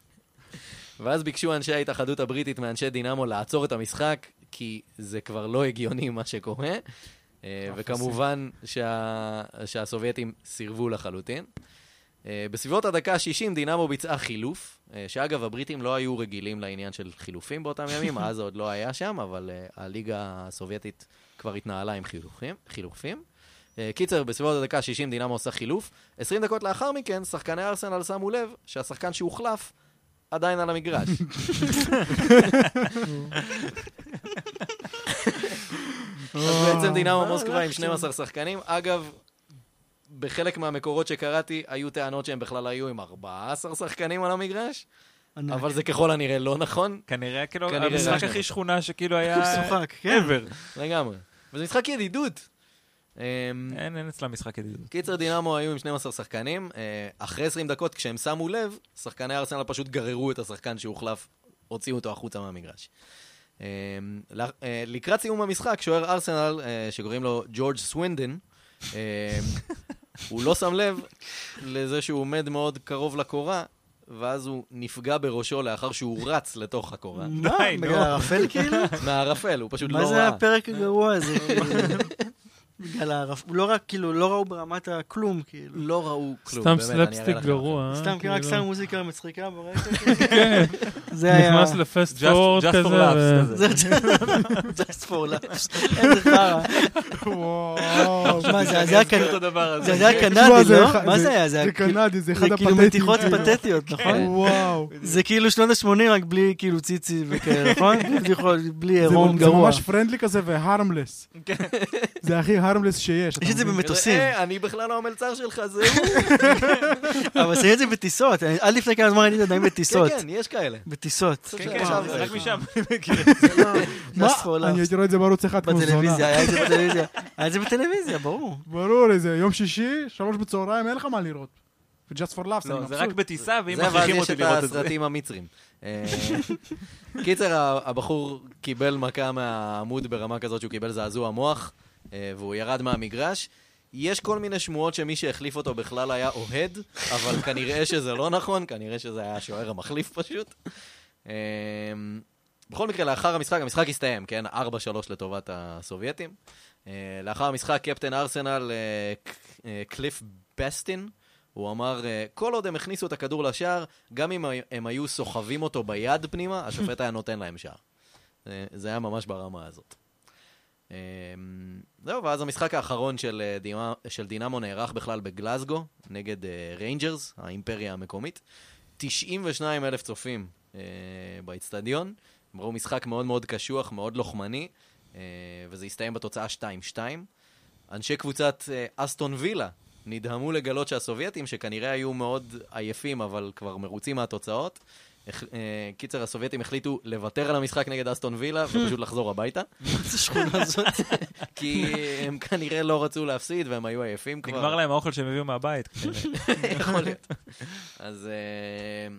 [LAUGHS] ואז ביקשו אנשי ההתאחדות הבריטית מאנשי דינמו לעצור את המשחק, כי זה כבר לא הגיוני מה שקורה. אה, וכמובן שה... שהסובייטים סירבו לחלוטין. אה, בסביבות הדקה ה-60 דינמו ביצעה חילוף, אה, שאגב, הבריטים לא היו רגילים לעניין של חילופים באותם ימים, אז זה עוד לא היה שם, אבל אה, הליגה הסובייטית כבר התנהלה עם חילופים. חילופים. אה, קיצר, בסביבות הדקה ה-60 דינמו עושה חילוף. 20 דקות לאחר מכן, שחקני ארסנל שמו לב שהשחקן שהוחלף עדיין על המגרש. אז בעצם דינמו מוסקבה עם 12 שחקנים. אגב, בחלק מהמקורות שקראתי, היו טענות שהם בכלל היו עם 14 שחקנים על המגרש, ענק. אבל זה ככל הנראה לא נכון כנראה, כאילו, כנראה המשחק זה. הכי שכונה שכאילו [LAUGHS] היה... משוחק, כן. אה, ever. לגמרי. וזה משחק ידידות. אמ, אין אין אצלם משחק ידידות. קיצר, דינמו היו עם 12 שחקנים. אה, אחרי 20 דקות, כשהם שמו לב, שחקני ארסנל פשוט גררו את השחקן שהוחלף, הוציאו אותו החוצה מהמגרש. אה, ל- אה, לקראת סיום המשחק, שוער ארסנל, אה, שקוראים לו ג'ורג' סווינדן, [LAUGHS] אה, הוא לא שם לב לזה שהוא עומד מאוד קרוב לקורה, ואז הוא נפגע בראשו לאחר שהוא רץ לתוך [LAUGHS] הקורה. מה? די, נו. לא, בגלל הערפל כאילו? מהערפל, הוא פשוט לא מה זה ראה. הפרק הגרוע הזה? כאילו? בגלל הערפל. לא רק, כאילו, לא ראו ברמת הכלום, כאילו. לא ראו כלום, סתם באמת, אני אראה סלפסטיק לכם. גרוע. אה? סתם, כאילו, רק כאילו, שם מוזיקה מצחיקה ברקע. כן, זה היה... נכנס לפסט Just- פורט just for כזה. laughs כן, ו- כזה. זה just for laughs. איזה חרא. [LAUGHS] וואו. מה, זה זה היה תזכיר את קנ- הדבר הזה. זה היה תשמע, קנדי, אחד- לא? מה זה היה? זה זה היה כאילו- קנדי, זה אחד זה כאילו הפתטים. מתיחות כאילו. פתטיות, נכון? וואו. זה כאילו שנות ה-80, רק בלי כאילו ציצי וכאלה, נכון? בדיחות, בלי זה עירום זה גרוע. ממש פרנדלי כזה והרמלס. זה הכי הרמלס שיש. יש את זה אתה מבין? במטוסים, אה, אני בכלל לא המלצר שלך, זה הוא. אבל שמים את זה בטיסות. אני- עד לפני כמה זמן הייתי עדיין בטיסות. כן, כן, יש כאלה. בטיסות. כן, כן, כן, וואו, זה זה רק זה. משם. Just for laughs. מה? אני הייתי רואה את זה בערוץ אחד כמו בטלוויזיה, זונה. היה את זה בטלוויזיה. היה את זה בטלוויזיה, ברור. ברור, איזה יום שישי, שלוש בצהריים, אין לך מה לראות. Just for laughs, אני לא, זה רק מבסוט. בטיסה, ואם זה ואז מכריחים יש אותי את לראות את זה. הסרטים המצרים. אה, קיצר, ה- הבחור קיבל מכה מהעמוד ברמה כזאת שהוא קיבל זעזוע מוח, אה, והוא ירד מהמגרש. יש כל מיני שמועות שמי שהחליף אותו בכלל היה אוהד, אבל כנראה שזה לא נכון, כנראה שזה היה השוער המחליף פשוט. אה, בכל מקרה, לאחר המשחק, המשחק הסתיים, כן? 4-3 לטובת הסובייטים. אה, לאחר המשחק, קפטן ארסנל, אה, ק- אה, קליף בסטין, הוא אמר, אה, כל עוד הם הכניסו את הכדור לשער, גם אם הם היו סוחבים אותו ביד פנימה, השופט היה נותן להם שער. אה, זה היה ממש ברמה הזאת. אה, זהו, ואז המשחק האחרון של, אה, דימה, של דינמו נערך בכלל בגלזגו, נגד אה, ריינג'רס, האימפריה המקומית. 92 אלף צופים אה, באיצטדיון. הם ראו משחק מאוד מאוד קשוח, מאוד לוחמני, אה, וזה הסתיים בתוצאה 2-2. אנשי קבוצת אה, אסטון וילה נדהמו לגלות שהסובייטים, שכנראה היו מאוד עייפים, אבל כבר מרוצים מהתוצאות, הח- אה, קיצר, הסובייטים החליטו לוותר על המשחק נגד אסטון וילה ופשוט לחזור הביתה, איזה שכונה זאת. [LAUGHS] כי הם כנראה לא רצו להפסיד והם היו עייפים כבר. נגמר להם האוכל שהם הביאו מהבית. כנראה. [LAUGHS] יכול להיות. אז, אה,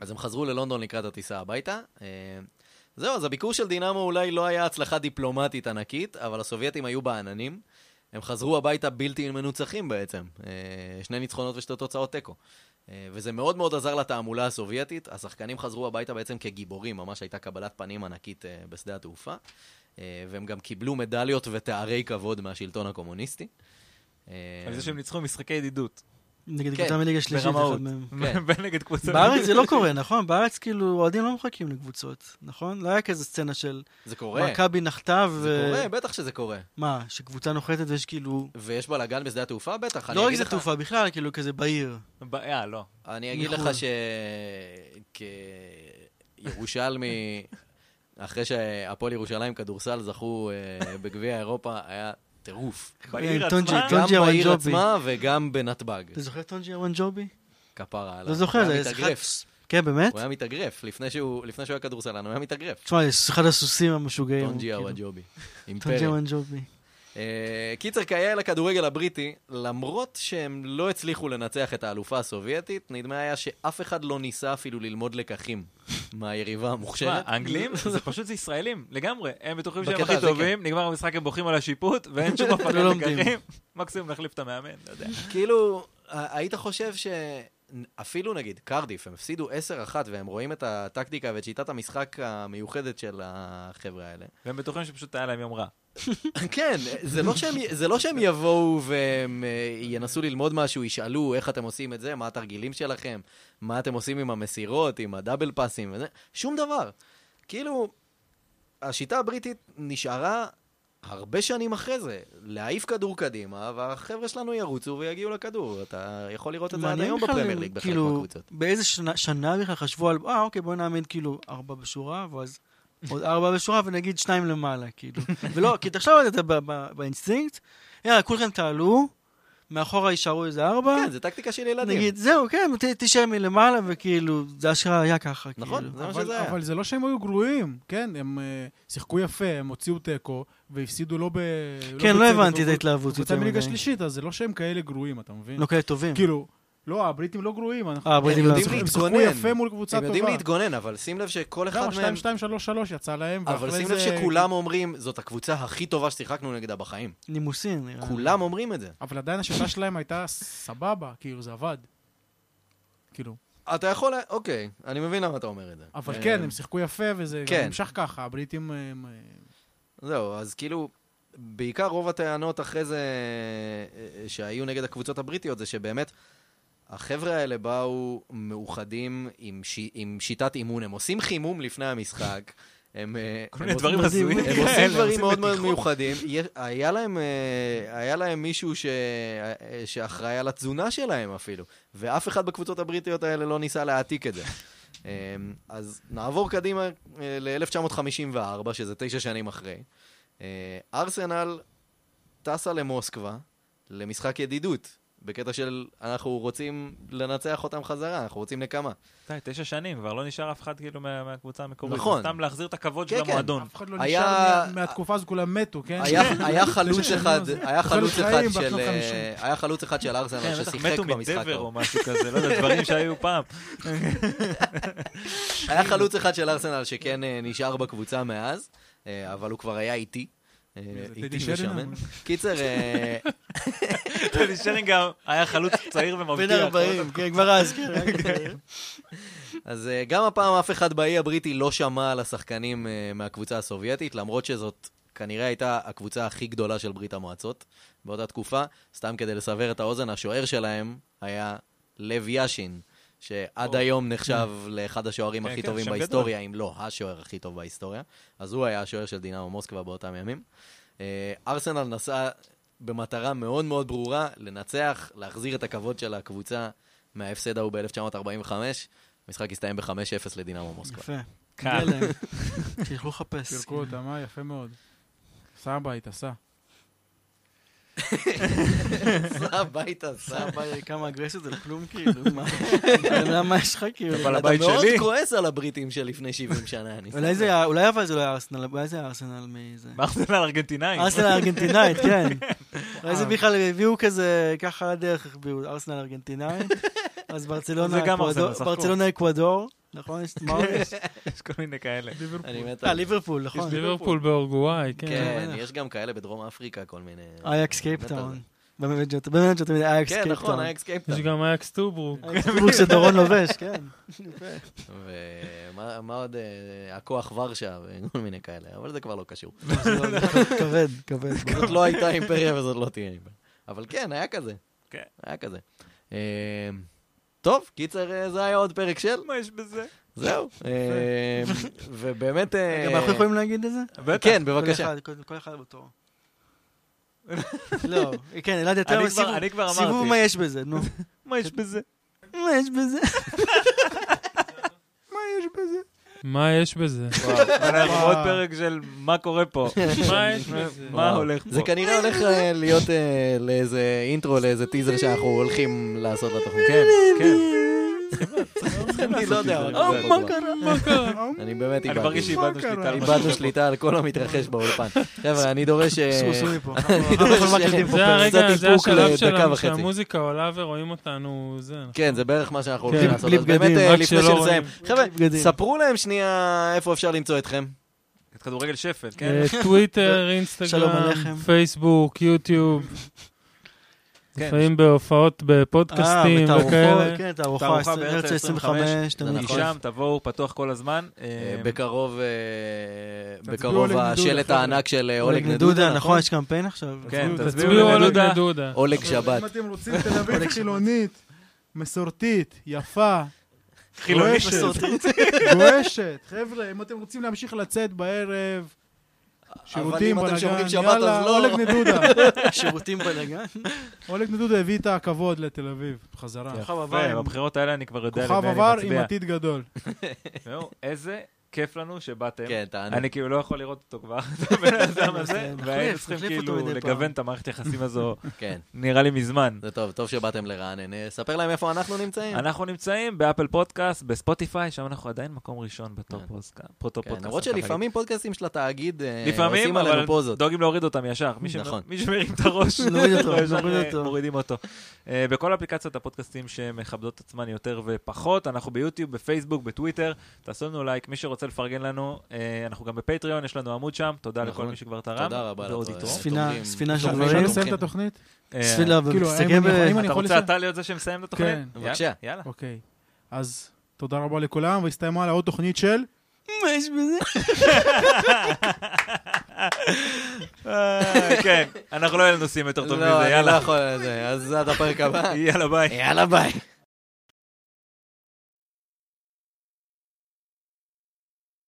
אז הם חזרו ללונדון לקראת הטיסה הביתה. אה, זהו, אז הביקור של דינמו אולי לא היה הצלחה דיפלומטית ענקית, אבל הסובייטים היו בעננים. הם חזרו הביתה בלתי מנוצחים בעצם. אה, שני ניצחונות ושתי תוצאות תיקו. אה, וזה מאוד מאוד עזר לתעמולה הסובייטית. השחקנים חזרו הביתה בעצם כגיבורים, ממש הייתה קבלת פנים ענקית אה, בשדה התעופה. אה, והם גם קיבלו מדליות ותארי כבוד מהשלטון הקומוניסטי. אה, על זה שהם ניצחו משחקי ידידות. נגד כן, קבוצה מליגה שלישית, ברמאות. אחד מהם. כן. [LAUGHS] ונגד קבוצה... בארץ זה לא קורה, נכון? בארץ כאילו אוהדים לא מחכים לקבוצות, נכון? לא היה כזה סצנה של זה קורה. מכבי נחתה זה ו... קורה, בטח שזה קורה. מה, שקבוצה נוחתת ויש כאילו... ויש בלאגן בשדה התעופה? בטח. אני לא רק אגיד זה לך- תעופה בכלל, כאילו כזה בעיר. ב- אה, לא. אני אגיד לך מחו"ל. שכירושלמי, [LAUGHS] אחרי שהפועל ירושלים כדורסל זכו אה, בגביע אירופה, היה טירוף. בעיר עם טונג'י, עצמה, טונג'י. גם בעיר אוונג'ובי. עצמה וגם בנתב"ג. אתה זוכר את טונג'י ארון ג'ובי? כפרה עליו. לא זוכר, הוא היה זה מתאגרף. שיחק... כן, באמת? הוא היה מתאגרף, לפני שהוא לפני שהוא היה כדורסלן, הוא היה מתאגרף. תשמע, זה אחד הסוסים המשוגעים. טונג'י כאילו. אוואג'ובי. עם טונג'י פרק. ארון ג'ובי. אה, קיצר, כיאה לכדורגל הבריטי, למרות שהם לא הצליחו לנצח את האלופה הסובייטית, נדמה היה שאף אחד לא ניסה אפילו ללמוד לקחים [LAUGHS] מהיריבה תשמע, המוכשרת. [LAUGHS] האנגלים זה פשוט זה ישראלים, לגמרי. הם בטוחים שהם בקטע הכי הזה, טובים, נגמר המשחק, הם בוכים על השיפוט, ואין שום הפקת לא לומדים. לקחים. [LAUGHS] מקסימום נחליף את המאמן, לא יודע. כאילו, ה- היית חושב ש... אפילו נגיד קרדיף, הם הפסידו 10-1 והם רואים את הטקטיקה ואת שיטת המשחק המיוחדת של החבר'ה האלה. והם בטוחים שפשוט היה להם יום רע. כן, זה לא שהם, זה לא שהם יבואו והם אה, ינסו ללמוד משהו, ישאלו איך אתם עושים את זה, מה התרגילים שלכם, מה אתם עושים עם המסירות, עם הדאבל פאסים וזה, שום דבר. כאילו, השיטה הבריטית נשארה הרבה שנים אחרי זה, להעיף כדור קדימה, והחבר'ה שלנו ירוצו ויגיעו לכדור. אתה יכול לראות את זה עד מעניין היום בכלל, בפרמייר ליג, בחלק כאילו, מהקבוצות. באיזה שנה- שנה בכלל חשבו על, אה, אוקיי, בואו נעמיד כאילו ארבע בשורה, ואז עוד ארבע בשורה, ונגיד שניים למעלה, [LAUGHS] כאילו. ולא, כי תחשוב על זה ב- ב- באינסטינקט, יאללה, כולכם תעלו, מאחורה יישארו איזה ארבע, כן, זו טקטיקה של ילדים. נגיד, זהו, כן, ת- תישאר מלמעלה, וכאילו, זה אשכרה היה ככה, כאילו. נכון, זה מה אבל- שזה היה. אבל זה לא שהם היו גרועים, כן? הם אה, שיחקו יפה, הם הוציאו תיקו, והפסידו לא ב... כן, לא בצדק, הבנתי את ב- ההתלהבות קבוצה יותר מדי. מליגה שלישית, אז זה לא שהם כאלה גרועים, אתה מבין? לא כאלה טובים. כאילו, לא, הבריטים לא גרועים, אנחנו... אה, הבריטים לא כאילו, יודעים עשו. הם שיחקו להתגונן. יפה מול קבוצה הם טובה. לא, יודעים להתגונן, אבל שים לב שכל אחד גם מהם... 2-2-3-3 יצא להם, אבל ואחרי שים לב זה- שכולם אומרים, זאת הקבוצה הכי טובה ששיחקנו נגדה בחיים. נימוסים, נראה לי. כולם אומרים את זה. אבל [LAUGHS] עדיין השיטה שלהם הייתה סבבה, כאילו, זה עבד. כאילו, אתה יכול... לה- אוקיי, אני מבין למה אתה אומר את זה. אבל אה, כן, הם שיחקו יפה, וזה גם כן. נמשך ככה, הבריטים... אה, הם, אה, זהו, אז כאילו, בעיקר רוב הטענות אחרי זה אה, שהיו נגד הקבוצות הבריטיות זה שבאמת... החבר'ה האלה באו מאוחדים עם, ש... עם שיטת אימון, הם עושים חימום לפני [LAUGHS] המשחק, הם, אה, כל הם מיני עושים- דברים הזויים. הם כאלה, עושים דברים מאוד מאוד מתיחות. מיוחדים. יש- היה להם, אה, היה להם מישהו ש- אה, שאחראי על התזונה שלהם אפילו, ואף אחד בקבוצות הבריטיות האלה לא ניסה להעתיק [LAUGHS] את זה. אה, אז נעבור קדימה אה, ל-1954, שזה תשע שנים אחרי. אה, ארסנל טסה למוסקבה למשחק ידידות, בקטע של אנחנו רוצים לנצח אותם חזרה, אנחנו רוצים נקמה. די, תשע שנים, כבר לא נשאר אף אחד כאילו מה- מהקבוצה המקורית. נכון. סתם להחזיר את הכבוד כן, של כן. המועדון. אף אחד לא היה- נשאר מה- מהתקופה הזו, כולם מתו, כן? [LAUGHS] היה היה חלוץ שנים, אחד, זה- היה תוחלת חלוץ אחד חיים של, בשנות אה, חמישים. היה חלוץ אחד של כן, ארסנל בטח לא ששיחק מתו במשחק. מדבר ההוא. או משהו כזה, לא יודע, דברים שהיו פעם. היה כאילו. חלוץ אחד של ארסנל שכן אה, נשאר בקבוצה מאז, אה, אבל הוא כבר היה איתי. אה, מי זה, איתי טדי ושמן. שרינגהאם? קיצר, אה, טדי שרינגהאם היה חלוץ צעיר ומבטיח. בין 40, כן, כבר אז, כן. רק זה. כן. אז אה, גם הפעם אף אחד באי הבריטי לא שמע על השחקנים אה, מהקבוצה הסובייטית, למרות שזאת כנראה הייתה הקבוצה הכי גדולה של ברית המועצות באותה תקופה. סתם כדי לסבר את האוזן, השוער שלהם היה לב יאשין, שעד או. היום נחשב לאחד השוערים כן, הכי כן, טובים שם גדול. בהיסטוריה, אם לא השוער הכי טוב בהיסטוריה. אז הוא היה השוער של דינמו מוסקבה באותם ימים. אה, ארסנל נסעה במטרה מאוד מאוד ברורה, לנצח, להחזיר את הכבוד של הקבוצה מההפסד ההוא ב-1945. המשחק הסתיים ב-5-0 לדינמו מוסקבה. [LAUGHS] יפה. קל. מגיע להם. [LAUGHS] שילכו לחפש. פירקו אותם, אה, יפה מאוד. סע הביתה, סע. סע הביתה, סע. סבא, כמה אגרסיות זה לכלום, כאילו, [LAUGHS] מה? אתה יודע מה יש לך, כאילו? אבל אתה הבית מאוד שלי. כועס על הבריטים שלפני 70 שנה, אני אולי זה היה, אולי אבל זה לא היה ארסנל, אולי זה היה ארסנל מזה. מה זה לארגנטינאים? ארסנל ארגנטינאית, כן. אה. אולי זה בכלל הביאו כזה, ככה על הדרך הביאו ארסנל [LAUGHS] ארגנטינאית. אז ברצלונה, זה גם אקוודור- ארסנל, שחקו. ברצלונה אקוודור, נכון? [LAUGHS] יש מרוויש? [LAUGHS] יש כל מיני כאלה. אני מת [LAUGHS] אה, על... ליברפול, נכון. ליברפול באורוגוואי, כן. כן, יש גם כאלה בדרום אפריקה, כל מיני... אייקס קייפטאון. במנג'ר במנג'ר תמיד אייקס כן, נכון, קייפטאון. אייקס יש קייפטאון. גם אייקס טוברוק. אייקס קייפטאון [LAUGHS] שדורון לובש, כן. ומה מה עוד? אה, הכוח ורשה וכל מיני כאלה, אבל זה כבר לא קשור. [LAUGHS] כבד, כבד. [LAUGHS] זאת לא הייתה אימפריה וזאת לא תהיה אימפריה. אבל כן, היה כזה. כן. היה כזה. אה, טוב, קיצר, אה, זה היה עוד פרק של, מה יש בזה? זהו. אה, ובאמת... אה, גם אנחנו יכולים להגיד את זה? בטח. כן, בבקשה. כל אחד- כל- כל אחד בתור. לא, כן, אלעד יותר אני סיבוב- כבר- אני כבר סיבוב מה אמרתי. יש בזה, [LAUGHS] נו. כן. מה יש בזה? מה יש בזה? מה יש בזה? וואו, אנחנו עוד פרק של מה קורה [LAUGHS] פה. מה יש בזה? מה הולך פה? זה כנראה הולך אה, להיות אה, לאיזה אינטרו, לאיזה טיזר שאנחנו הולכים לעשות לתוכנית. כן, כן. אני לא יודע. עוד אה, זה מה עוד לא. קרה? מה קרה? אני באמת אני מרגיש איבדתי. שאיבדנו שליטה על מה איבדנו שקורה פה. שליטה על כל המתרחש באולפן. חבר'ה, אני דורש... אה, סוסו מפה. אני דורש- אנחנו מקליטים פה זה אה, פרק. זה קצת הרגע, זה איפוק לדקה השלב שלנו וחצי. שהמוזיקה עולה ורואים אותנו, זה. אנחנו- כן, זה בערך מה שאנחנו כן, הולכים לעשות. בלי אז באמת, בגדים, אה, רק לפני שלא שנסיים. חבר'ה, בגדים. ספרו להם שנייה איפה אפשר למצוא אתכם. את כדורגל שפל, כן? אה, טוויטר, אינסטגרם, שלום עליכם. פייסבוק, יוטיוב, כן. לפעמים בהופעות בפודקאסטים אה, וכאלה. בתערוכות, כן, תערוכה, תערוכה בארץ ארץ 25, 25, זה תמיד. נכון. משם תבואו, פתוח כל הזמן. אה, בקרוב אה, תצביעו בקרוב על אגנדודה, השלט חבר'ה. הענק של אה, אולג אולג נדודה, נדודה, נכון? נכון? יש קמפיין עכשיו? כן, תצביעו על לדודה. דודה. אולג אבל שבת. לא אם אתם רוצים תל אביב חילונית, מסורתית, יפה, חילוני גועשת, מסורתית. גועשת. חבר'ה, אם אתם רוצים להמשיך לצאת בערב, שירותים, אם אתם שומרים בלאגן, שבת, אז יאללה, לא. אולג [LAUGHS] נדודה. שירותים בלאגן. אולג נדודה הביא את הכבוד לתל אביב, בחזרה. כוכב יפה, עבר. בבחירות האלה אני כבר יודע למי כוכב כן. אני עבר עם מצביע. עתיד גדול. זהו, איזה כיף לנו שבאתם. כן, תענו. אני כן. כאילו לא יכול לראות אותו כבר, [LAUGHS] את הבן אדם הזה, נחליף, והיינו צריכים נחליף אותו כאילו מדי פעם. לגוון את המערכת יחסים הזו, כן, נראה לי מזמן. זה טוב, טוב שבאתם לרענן. אה, ספר להם איפה אנחנו נמצאים. אנחנו נמצאים באפל פודקאסט, בספוטיפיי, שם אנחנו עדיין מקום ראשון בתור כן. פודקאסט. פרוטו כן, פודקאסט. למרות אני יכול שלפעמים פודקאסטים של התאגיד אה, להגיד. לפעמים, עושים אבל עלינו פוזות. דואגים להוריד אותם ישר. מי שמ- נכון. מי שמרים את [LAUGHS] הראש, נוריד אותו, לא ישר, נוריד אה, אותו. מורידים אותו. אה, בכל אפליקציות הפודקאסטים שמכבדות עצמן יותר ופחות, אנחנו ביוטיוב, בפייסבוק, בטוויטר, תעשו לנו לייק, מי שרוצה לפרגן לנו, אה, אנחנו גם בפטריון, יש לנו עמוד שם, תודה לכל נכון. מי שכבר תרם. תודה רבה. אה, ועוד לצופים. יתרום. ספינה- תומכים. ספינה של אפשר גברים. תומכים. לסיים את התוכנית? אה, ספילה, כאילו, האם ותסתכל אני יכול- ב... אם אתה אני יכול רוצה לסיים? אתה להיות זה שמסיים את התוכנית? כן. יאללה, בבקשה. יאללה. אוקיי. אז תודה רבה לכולם, והסתיימה לה עוד תוכנית של... מה יש בזה? [LAUGHS] אה, כן, אנחנו לא יהיה לנו סיום יותר טוב לא, מזה, אני לא יאללה. [LAUGHS] יכול לזה. אז עד הפרק הבא. יאללה, ביי. יאללה, ביי.